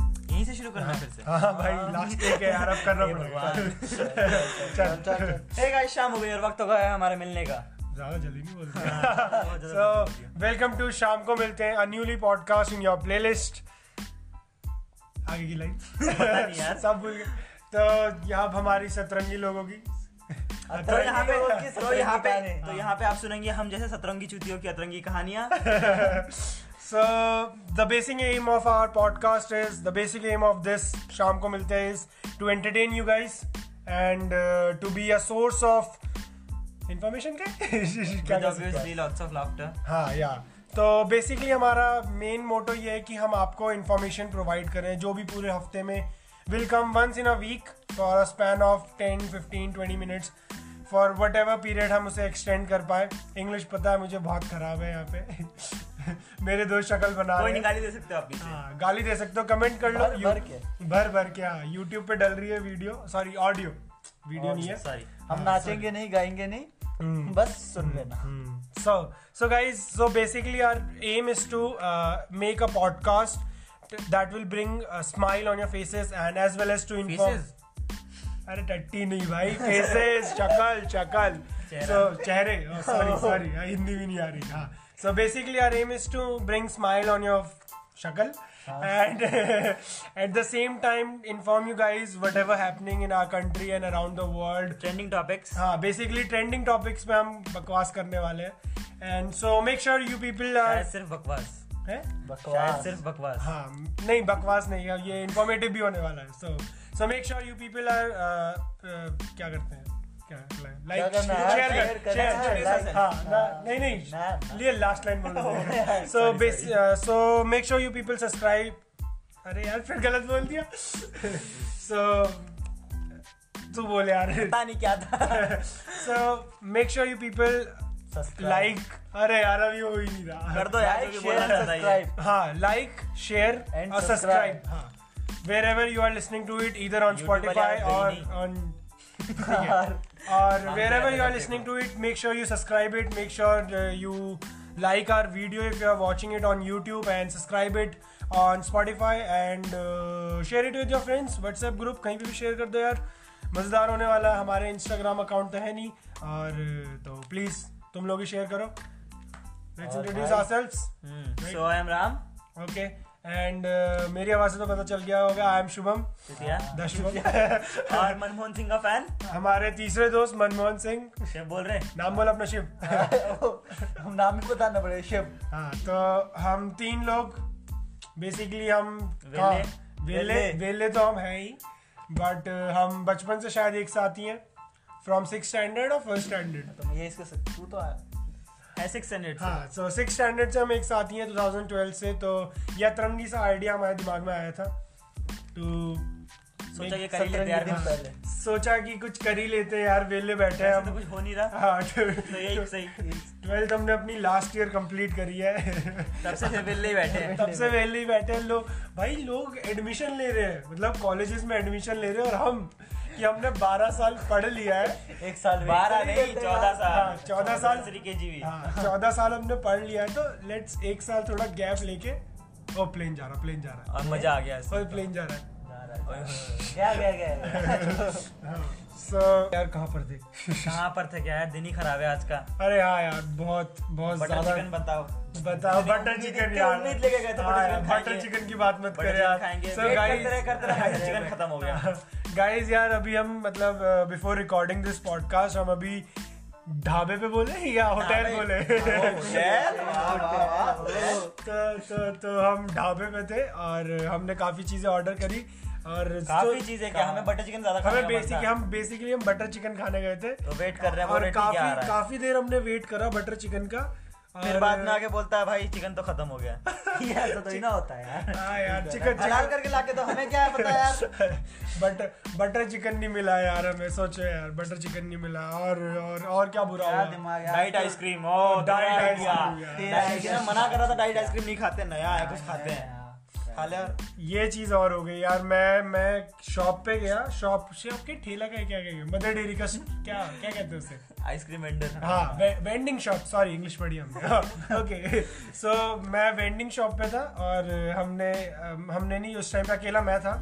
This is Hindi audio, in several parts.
रिव्यू करना फिर से हाँ भाई लास्ट एक है यार अब करना हे पड़ेगा भगवान। चल चल Hey guys, शाम हो गई और वक्त हो गया है हमारे मिलने का ज्यादा जल्दी नहीं बोलते सो वेलकम टू शाम को मिलते हैं a newly podcast in your playlist आगे की लाइन पता नहीं यार सब भूल गए तो यहाँ अब हमारी सतरंगी लोगों की तो यहाँ पे अतरंगी लोगों की तो यहाँ पे सतरंगी तो यहाँ पे आप सुनेंगे हम जैसे सतरंगी चुतियों की अतरंगी कहानियां So the basic aim of our podcast is the basic aim of this शाम को मिलते हैं is to entertain you guys and uh, to be a source of information क्या क्या with कह सकते obviously हैं? lots of laughter हाँ या तो बेसिकली हमारा मेन मोटो ये है कि हम आपको इन्फॉर्मेशन प्रोवाइड करें जो भी पूरे हफ्ते में will come once in a week for a span of ten fifteen twenty minutes for whatever period हम उसे एक्सटेंड कर पाए इंग्लिश पता है मुझे बहुत खराब है यहाँ पे मेरे दोस्त शक्ल बना कोई रहे हैं। निकाली दे सकते हो आप पीछे हाँ, गाली दे सकते हो कमेंट कर लो भर- भर के। भर भर के हाँ यूट्यूब पे डल रही है वीडियो सॉरी ऑडियो वीडियो नहीं है सॉरी हम नाचेंगे नहीं गाएंगे हम्म। नहीं बस सुन लेना so so guys so basically our aim is to uh, make a podcast t- that will bring a smile on your faces and as well as to inform Faces? अरे टट्टी नहीं भाई फेसेस चकल चकल सो चेहरे oh, सॉरी सॉरी हिंदी भी नहीं आ रही हाँ so basically our aim is to bring smile on your शक्ल and at the same time inform you guys whatever happening in our country and around the world trending topics हाँ बेसिकली ट्रेंडिंग टॉपिक्स पे हम बकवास करने वाले हैं and so make sure you people are शायद सिर्फ बकवास शायद बकवास सिर्फ बकवास हाँ नहीं बकवास नहीं है ये इन्फॉर्मेटिव भी होने वाला है so so make sure you people are uh, क्या करते हैं क्या क्या लाइक करना है? शेयर कर Share करना शेयर है, शेयर like- हाँ। हाँ ना- नहीं ना, ना। नहीं लिए लास्ट लाइन Oh, बोलो सो Sorry, बेस so make sure you people subscribe अरे यार फिर गलत बोल दिया सो तू बोल यार पता नहीं क्या था so make sure you people like अरे यार अभी हो ही नहीं रहा कर दो तो यार जो भी बोलना चाहता है ये। सब्सक्राइब हाँ लाइक शेयर And और subscribe. सब्सक्राइब हाँ wherever you are listening to it इधर ऑन YouTube वाले स्पॉटिफाई आप और कहीं ऑन और हम वेर जाएंगे एवर यू आर करते listening to it make sure you subscribe it make sure you like our video if you are watching it on YouTube and subscribe it on Spotify and share it with your friends WhatsApp group कहीं पे भी शेयर कर दो यार मज़ेदार होने वाला है हमारे इंस्टाग्राम अकाउंट तो है नहीं और uh, तो प्लीज़ तुम लोग ही शेयर करो लेट्स और इंट्रोड्यूस भाई- our self hmm, so I am Ram, okay and मेरी आवाज से तो पता चल गया होगा आई एम शुभम चुतिया, द शुभम और मनमोहन सिंह का फैन हमारे तीसरे दोस्त मनमोहन सिंह शिव बोल रहे हैं नाम बोला अपना शिव हम नाम भी बताना पड़ेगा शिव हाँ तो हम तीन लोग बेसिकली हम वेले। कहाँ- वेले वेले। वेले तो हम हैं ही बट हम बचपन से शायद एक साथ ही हैं फ्रॉम सिक्स स्टैंडर्ड और फर्स्ट स्टैंडर्ड तुम ये इसके साथ- तू तो आ- है सिक्स हंड्रेड हाँ सो सिक्स स्टैंडर्ड से हम एक साथ ही हैं 2012 से तो यह तरंगी सा आइडिया हमारे दिमाग में आया था तो सोचा ये कर ही लेते सत्रह यार दिन कुछ। पहले सोचा कि कुछ कर ही लेते हैं यार वेले बैठे हैं ऐसे तो हम कुछ हो नहीं रहा हाँ तो यही सही ट्वेल्थ हमने अपनी लास्ट ईयर कंप्लीट करी है तब से फिर वेले ही बैठे हैं तब से वेले ही बैठे हैं लोग भाई लोग एडमिशन ले रहे हैं मतलब कॉलेजेस में एडमिशन ले रहे हैं और हम कि हमने 12 साल पढ़ लिया है एक साल वेट बारह करते नहीं हैं। चौदह साल हाँ, 14 साल। हाँ। नर्सरी के जी चौदह साल हमने पढ़ लिया है तो लेट्स एक साल थोड़ा गैप लेके ओ प्लेन जा रहा प्लेन जा रहा और मजा आ गया इसमें। है प्लेन जा रहा है गया गया गया सो यार कहाँ पर थे कहाँ पर थे क्या है दिन ही खराब है आज का अरे हाँ यार बहुत बहुत बटर चिकन ज्यादा बताओ बताओ बटर चिकन उम्मीद देखते यार उम्मीद लेके गए तो थे, बटर बटर चिकन खाएंगे। चिकन की बात मत बटर करें चिकन यार खाएंगे So, वेट guys- करते रहे करते रहे बटर चिकन खत्म हो गया गाइस यार अभी हम मतलब बिफोर रिकॉर्डिंग दिस पॉडकास्ट हम अभी ढाबे पे बोले या होटल ढाबे। बोले Oh, तो तो तो हम ढाबे पे थे और हमने काफी चीजें ऑर्डर करी और काफी तो- चीजें क्या हमें बटर चिकन ज्यादा हमें खाना बेसिक पड़ता है। हम बेसिकली हम बटर चिकन खाने गए थे तो वेट कर रहे हैं वो और रेट क्या आ काफी रहा है काफी देर हमने वेट करा बटर चिकन का फिर और- बाद में आके बोलता है भाई चिकन तो खत्म हो गया ये ऐसा तो ही ना होता है यार हाँ यार चिकन हलाल चिकन करके लाके तो हमें क्या है पता यार बटर बटर चिकन नहीं मिला यार हमें सोचो यार बटर चिकन नहीं मिला और और और क्या बुरा तो क्या हुआ दिमाग यार diet ice cream oh diet diet ice cream ice cream, yeah. ना मना कर रहा था डाइट आइसक्रीम नहीं खाते नया है कुछ खाते हैं हाँ। खा ले और ये चीज और हो गई यार मैं मैं शॉप पे गया शॉप शॉप के ठेला का क्या कहेंगे मदर डेयरी का क्या क्या कहते हैं उसे आइसक्रीम वेंडर हाँ वे, वेंडिंग शॉप सॉरी इंग्लिश पढ़ी हमने ओके सो मैं वेंडिंग शॉप पे था और हमने अम, हमने नहीं उस टाइम पे अकेला मैं था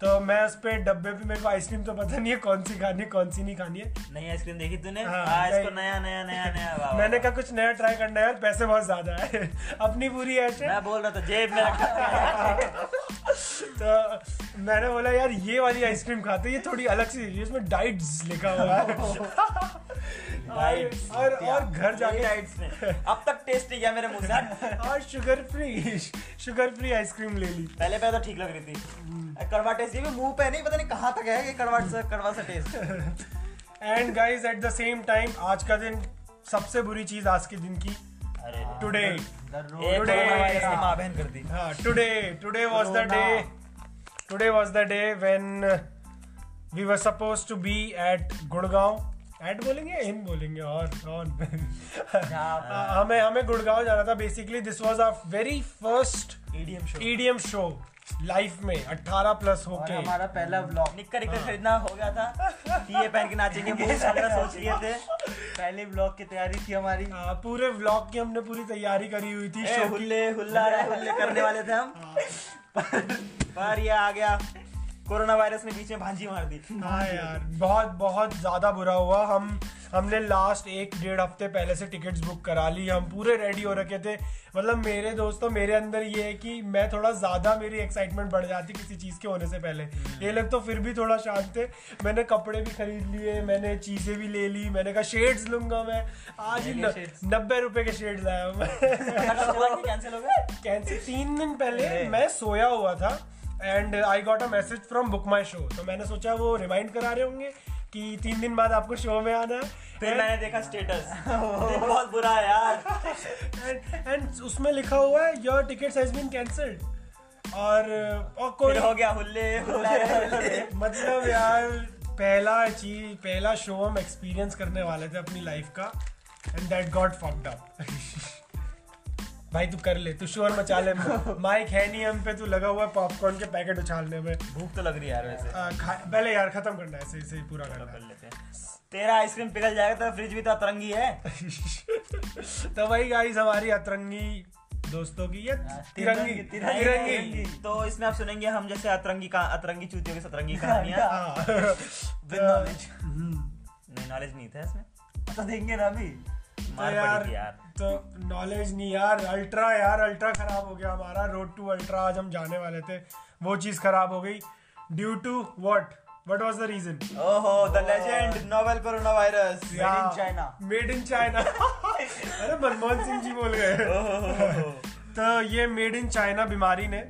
तो मैं उस पर डब्बे पे मेरे को आइसक्रीम तो पता नहीं है कौन सी खानी है कौन सी नहीं खानी है नई आइसक्रीम देखी तूने हाँ, हाँ, इसको नहीं। नया नया नया नया वाह, वाह, मैंने वाह। कहा कुछ नया ट्राई करना है यार पैसे बहुत ज्यादा है अपनी पूरी ऐश है मैं बोल रहा था जेब में रखा तो मैंने बोला यार ये वाली आइसक्रीम खाते हैं, ये थोड़ी अलग सी चीज़ है, इसमें डाइट्स लिखा हुआ है और Diets, और, और घर ये जाके diets ने। अब तक टेस्ट नहीं किया मेरे मुंह से और sugar free sugar free ice cream ले ली पहले पहले तो ठीक लग रही हम्म। थी कड़वा टेस्ट ये भी मुंह पे नहीं पता नहीं कहाँ तक है ये कड़वा सा कड़वा सा taste and guys at the same time आज का दिन सबसे बुरी चीज आज के दिन की अरे टुडे एक Today, कोरोना वायरस ने हाँ। माँ बहन कर दी हाँ today today was the day today was the day when we were suppose to be at Gurgaon at बोलेंगे इन बोलेंगे और और Uh, हमें हमें गुड़गांव जाना था basically this was our very first E EDM show EDM show life में 18 प्लस और होके हमारा पहला व्लॉग निक्कर निक्कर हाँ। खरीदना हो गया था ये पहन के नाचेंगे बहुत सारा सोच लिए थे पहले व्लॉग की तैयारी थी हमारी आ, Uh, पूरे व्लॉग की हमने पूरी तैयारी करी हुई थी ए, शो की हुल्ले हुल्ला रे, हुल्ले करने वाले थे हम पर- पर ये आ गया कोरोना वायरस ने बीच में भांजी मार दी हाँ यार बहुत बहुत ज़्यादा बुरा हुआ हम हमने लास्ट एक डेढ़ हफ्ते पहले से टिकट्स बुक करा ली हम पूरे रेडी हो रखे थे मतलब मेरे दोस्तों मेरे अंदर ये है कि मैं थोड़ा ज़्यादा मेरी एक्साइटमेंट बढ़ जाती किसी चीज़ के होने से पहले ये लोग तो फिर भी थोड़ा शांत थे मैंने कपड़े भी खरीद लिए मैंने चीज़ें भी ले ली मैंने कहा शेड्स लूंगा मैं आज ही महंगे shades। नब्बे रुपए के शेड्स लाया हूँ मैं कैंसिल हो गया कैंसिल तीन दिन पहले मैं सोया हुआ था and I got a message from BookMyShow तो मैंने सोचा वो रिमाइंड करा रहे होंगे कि तीन दिन बाद आपको शो में आना फिर है मैंने देखा स्टेटस बहुत बुरा है यार एंड उसमें लिखा हुआ है your tickets has been cancelled और और फिर कोई हो गया हुल्ले हुल्ला रे, हुल्ले मतलब यार पहला चीज पहला शो हम एक्सपीरियंस करने वाले थे अपनी लाइफ का and that got fucked up भाई तू कर ले तू शोर मचा ले माइक है नहीं हम पे तू लगा हुआ है पॉपकॉर्न के पैकेट उछालने में भूख तो लग रही है यार वैसे आ, खा- पहले यार खत्म करना है ऐसे ऐसे ही पूरा करना कर लेते हैं तेरा आइसक्रीम पिघल जाएगा तो फ्रिज भी तो अतरंगी है है तो वही गाइस हमारी अतरंगी दोस्तों की ये तिरंगी तिरंगी, तिरंगी तो इसमें आप सुनेंगे हम जैसे अतरंगी का अतरंगी चूतियों की सतरंगी कहानियां हाँ विद नॉलेज नहीं नॉलेज नहीं था इसमें तो देंगे ना अभी मार पड़ी थी यार तो नॉलेज नहीं यार अल्ट्रा यार अल्ट्रा खराब हो गया हमारा रोड टू अल्ट्रा आज हम जाने वाले थे वो चीज खराब हो गई due to what what was the reason ओहो the legend novel corona virus in China. Made in China अरे मनमोहन सिंह जी बोल गए तो ये मेड इन चाइना बीमारी ने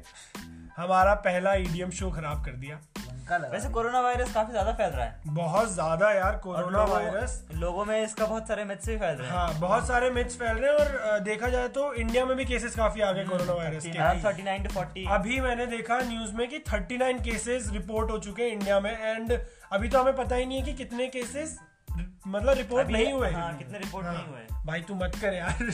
हमारा पहला E ईडीएम शो खराब कर दिया लंका लगा वैसे कोरोना वायरस काफी ज्यादा फैल रहा है बहुत ज्यादा यार और कोरोना लोगों- वायरस लोगों में इसका बहुत सारे मिथ्स भी फैल रहे हैं हाँ बहुत सारे मिथ्स फैल रहे हैं और अ, देखा जाए तो इंडिया में भी केसेस काफी आ गए हम्म, कोरोना वायरस के अराउंड 39 to 40 अभी मैंने देखा न्यूज में कि 39 केसेस रिपोर्ट हो चुके हैं इंडिया में एंड अभी तो हमें पता ही नहीं है कि कितने केसेस मतलब रिपोर्ट अभी- नहीं हुए हाँ, कितने report नहीं हुए। भाई तू मत कर यार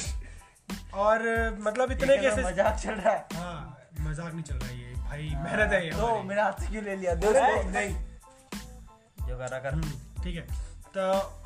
और मतलब इतने ठीक है, केसेस मजाक चल रहा है हाँ मजाक नहीं चल रहा ये भाई मेहनत है ये तो दो हमारी। मेरे हाथ से क्यों ले लिया दोस्त नहीं जो करा कर हम्म, ठीक है तो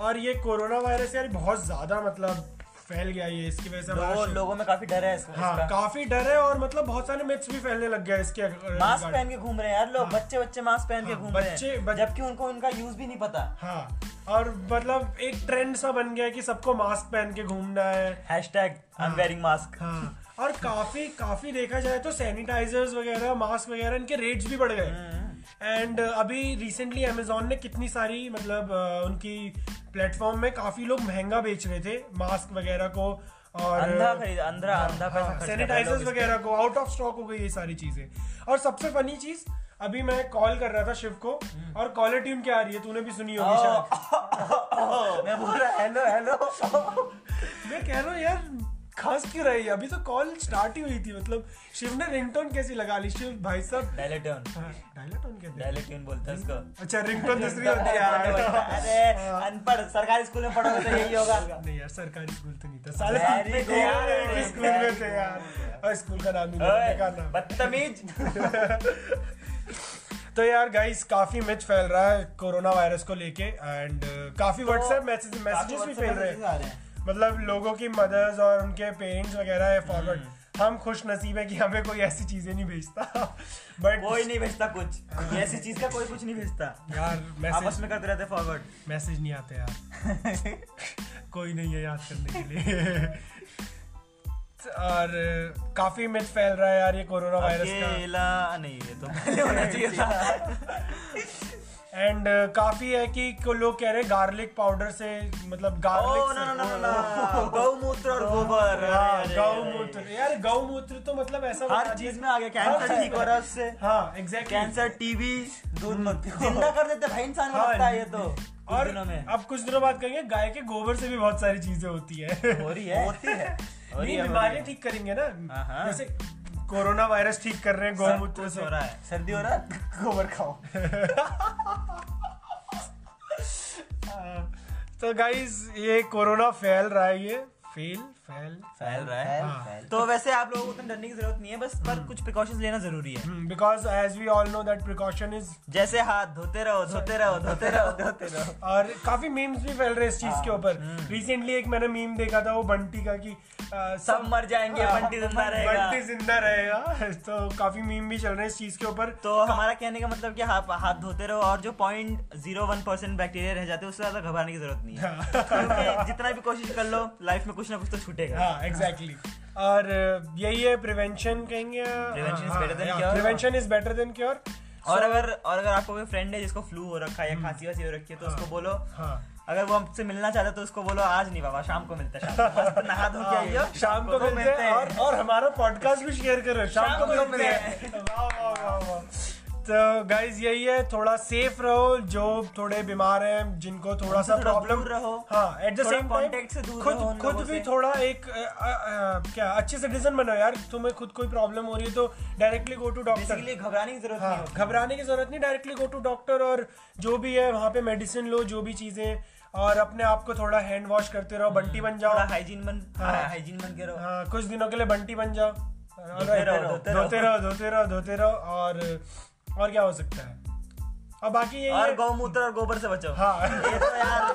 और ये कोरोना वायरस यार बहुत ज्यादा मतलब फैल गया ये इसकी वजह से हमारा लोगों- शो- लोगों में काफी डर है इसको हाँ इसका काफी डर है और मतलब बहुत सारे मिथ्स भी फैलने लग गए इसके अ, मास्क regarding। पहन के घूम रहे हैं यार लोग बच्चे बच्चे मास्क पहन के हाँ, घूम रहे बच्चे- हैं बच- जबकि उनको उनका यूज भी नहीं पता हाँ और मतलब एक ट्रेंड सा बन गया है कि सबको मास्क पहन के घूमना है hashtag I am wearing mask हाँ और काफी काफी देखा जाए तो सैनिटाइजर्स वगैरह मास्क वगैरह इनके रेट्स भी बढ़ गए एंड अभी रिसेंटली अमेजोन ने कितनी सारी मतलब अ, उनकी प्लेटफॉर्म में काफी लोग महंगा बेच रहे थे मास्क वगैरह को और अंधा खरीद अंधा अंधा पैसा खर्च कर रहे हैं लोग सैनिटाइजर्स इस पे। हाँ, वगैरह को आउट ऑफ स्टॉक हो गई ये सारी चीजें और सबसे फनी चीज अभी मैं कॉल कर रहा था शिव को हम्म। और कॉलर ट्यून क्या आ रही है तूने भी सुनी होगी शायद मैं बोल रहा हेलो हेलो मैं कह रहा हूँ यार खास क्यों रही है अभी तो कॉल स्टार्ट ही हुई थी मतलब शिव ने रिंगटोन कैसी लगा ली शिव भाई साहब डायलेटन डायलेटोन कहते हैं डायलेटन बोलते हैं इसको अच्छा रिंगटोन दूसरी होती है यार अरे अनपढ़ सरकारी स्कूल में पढ़ोगे तो यही होगा नहीं यार सरकारी स्कूल तो नहीं था साले Very में थे good. यार एक ही स्कूल में थे यार और स्कूल का नाम नहीं ओए, बेकार नाम बदतमीज तो यार गाइस काफी मिच फैल रहा है कोरोना वायरस को लेके एंड काफी तो व्हाट्सएप मैसेज मैसेजेस भी फैल रहे हैं मतलब लोगों की मदर्स और उनके पेरेंट्स वगैरह है फॉरवर्ड हम्म। हम खुश नसीब है कि हमें कोई ऐसी चीजें नहीं भेजता कोई बट नहीं भेजता कुछ ऐसी चीज का कोई कुछ नहीं भेजता यार आपस मैसेज में करते रहते फॉरवर्ड मैसेज नहीं आते यार कोई नहीं है याद करने के लिए और अ, काफी मिथ फैल रहा है यार ये कोरोना वायरस का अकेला नहीं ये तो पहले होना चाहिए था एंड काफी है कि को लोग कह रहे हैं गार्लिक पाउडर से मतलब ओ ना ना ना ना, गार्लिक ना गौमूत्र और गोबर अरे, अरे, अरे। हाँ, गौमूत्र यार गौमूत्र तो मतलब ऐसा हर बता दिया- चीज में आ गया कैंसर ठीक हो रहा है उससे हाँ एग्जैक्टली कैंसर टीबी दूध मत पियो। जिंदा कर देते भाई इंसान को हाँ, लगता है ये तो कुछ और दिनों में अब कुछ दिनों बाद करेंगे गाय के गोबर से भी बहुत सारी चीजें होती है हो रही है होती है नहीं बीमारियां ठीक करेंगे ना हाँ, हाँ। जैसे कोरोना वायरस ठीक कर रहे हैं गौमूत्र से हो रहा है सर्दी हो रहा है, गोबर खाओ हाँ। तो गाइस ये कोरोना फैल रहा है ये फेल फैल फैल रहा है फैल, हाँ। फैल। तो वैसे आप लोगों को उतनी डरने की जरूरत नहीं है बस पर कुछ प्रिकॉशंस लेना जरूरी है because as we all know that precaution is जैसे हाथ धोते रहो धोते रहो धोते रहो धोते रहो और काफी मीम्स भी फैल रहे हैं इस चीज हाँ, के ऊपर हम्म। रिसेंटली एक मैंने मीम देखा था वो बंटी का कि आ, सब मर जाएंगे बंटी जिंदा रहेगा हाँ, बंटी जिंदा रहेगा तो काफी मीम भी चल रहे हैं इस चीज के ऊपर तो हमारा कहने का मतलब कि हाथ हाथ धोते रहो और जो point zero one percent bacteria रह जाते हैं उससे ज्यादा घबराने की जरूरत नहीं है क्योंकि जितना भी कोशिश कर लो लाइफ में कुछ ना कुछ तो छूटेगा हाँ एग्जैक्टली और अ, यही है प्रिवेंशन कहेंगे Prevention is better हाँ, than cure. Prevention is better than cure और अगर और अगर आपको कोई फ्रेंड है जिसको फ्लू हो रखा है या खांसी वासी हो रखी है तो उसको बोलो हाँ अगर वो हमसे मिलना चाहता है तो उसको बोलो आज नहीं बाबा शाम को मिलते हैं, शाम को मस्त नहा धो के आइयो शाम को मिलते हैं और और हमारा पॉडकास्ट भी शेयर करो शाम को मिलते हैं वाह वाह वाह वाह तो गाइज यही है थोड़ा सेफ रहो जो थोड़े बीमार हैं जिनको थोड़ा सा उनसे थोड़ा प्रॉब्लम दूर रहो। हाँ एट द थोड़ा सेम contact से दूर खुद रहो उन खुद लोगों भी से। थोड़ा एक अ, अ, अ, क्या अच्छे सिटीजन बनो यार तुम्हें खुद कोई प्रॉब्लम हो रही है तो directly go to doctor basically घबराने की जरूरत नहीं हाँ होती घबराने की जरूरत नहीं डायरेक्टली गो टू डॉक्टर और जो भी है वहाँ पे मेडिसिन लो जो भी चीजें और अपने आप को थोड़ा हैंड वॉश करते रहो बंटी बन जाओ थोड़ा हाइजीन बन हाँ। हाइजीन बन के रहो हाँ, कुछ दिनों के लिए बंटी बन जाओ धोते रहो, धोते रहो। धोते रहो धोते रहो धोते रहो और और क्या हो सकता है और बाकी यही और है- गौमूत्र और गोबर से बचो हाँ ये तो यार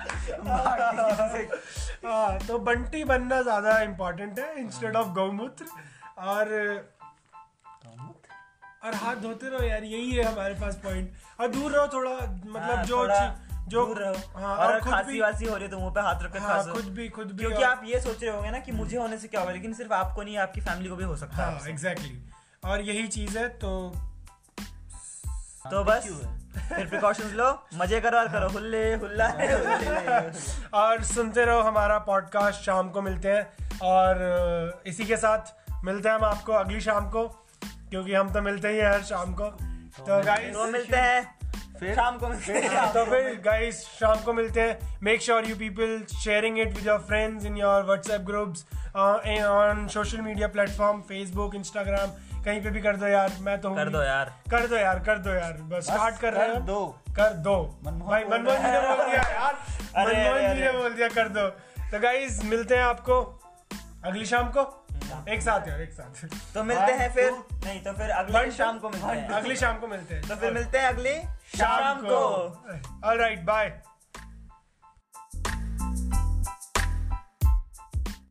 मतलब हाँ, तो बंटी बनना ज्यादा इम्पोर्टेंट है इंस्टेड ऑफ गौमूत्र और और हाथ धोते रहो यार यही है हमारे पास पॉइंट और दूर रहो थोड़ा मतलब हाँ, जो थोड़ा चीज- जो दूर रहो हाँ, और और अगर खुद खांसी भी वासी हो रही है तो मुंह पे हाथ रख के हाँ, खांसो खुद भी खुद भी क्योंकि और- आप ये सोच रहे होंगे ना कि मुझे होने से क्या होगा लेकिन सिर्फ आपको नहीं आपकी फैमिली को भी हो सकता हाँ है एग्जैक्टली और यही चीज है तो तो बस फिर प्रिकॉशंस लो मजे करो और करो हुल्ले हुल्ला और सुनते रहो हमारा पॉडकास्ट शाम को मिलते हैं और अ, इसी के साथ मिलते हैं हम आपको अगली शाम को क्योंकि हम तो मिलते ही हैं हर शाम को तो गाइस तो मिलते हैं शाम को मिलते हैं तो फिर गाइस शाम को मिलते हैं make sure you people sharing it with your friends in your WhatsApp groups on social media platform Facebook Instagram कहीं पे भी कर दो यार मैं तो हूँ कर नहीं। दो यार कर दो यार कर दो यार बस स्टार्ट कर रहे कर हैं दो। कर दो मनमोहन भाई बोल मनमोहन जी ने बोल दिया यार अरे, मनमोहन जी अरे, ने बोल दिया कर दो तो गाइस मिलते हैं आपको अगली शाम को एक साथ यार एक साथ तो मिलते हैं फिर One, नहीं तो फिर अगले शाम को तो मिलते हैं अगली शाम को मिलते हैं तो फिर मिलते हैं अगली शाम को ऑलराइट बाय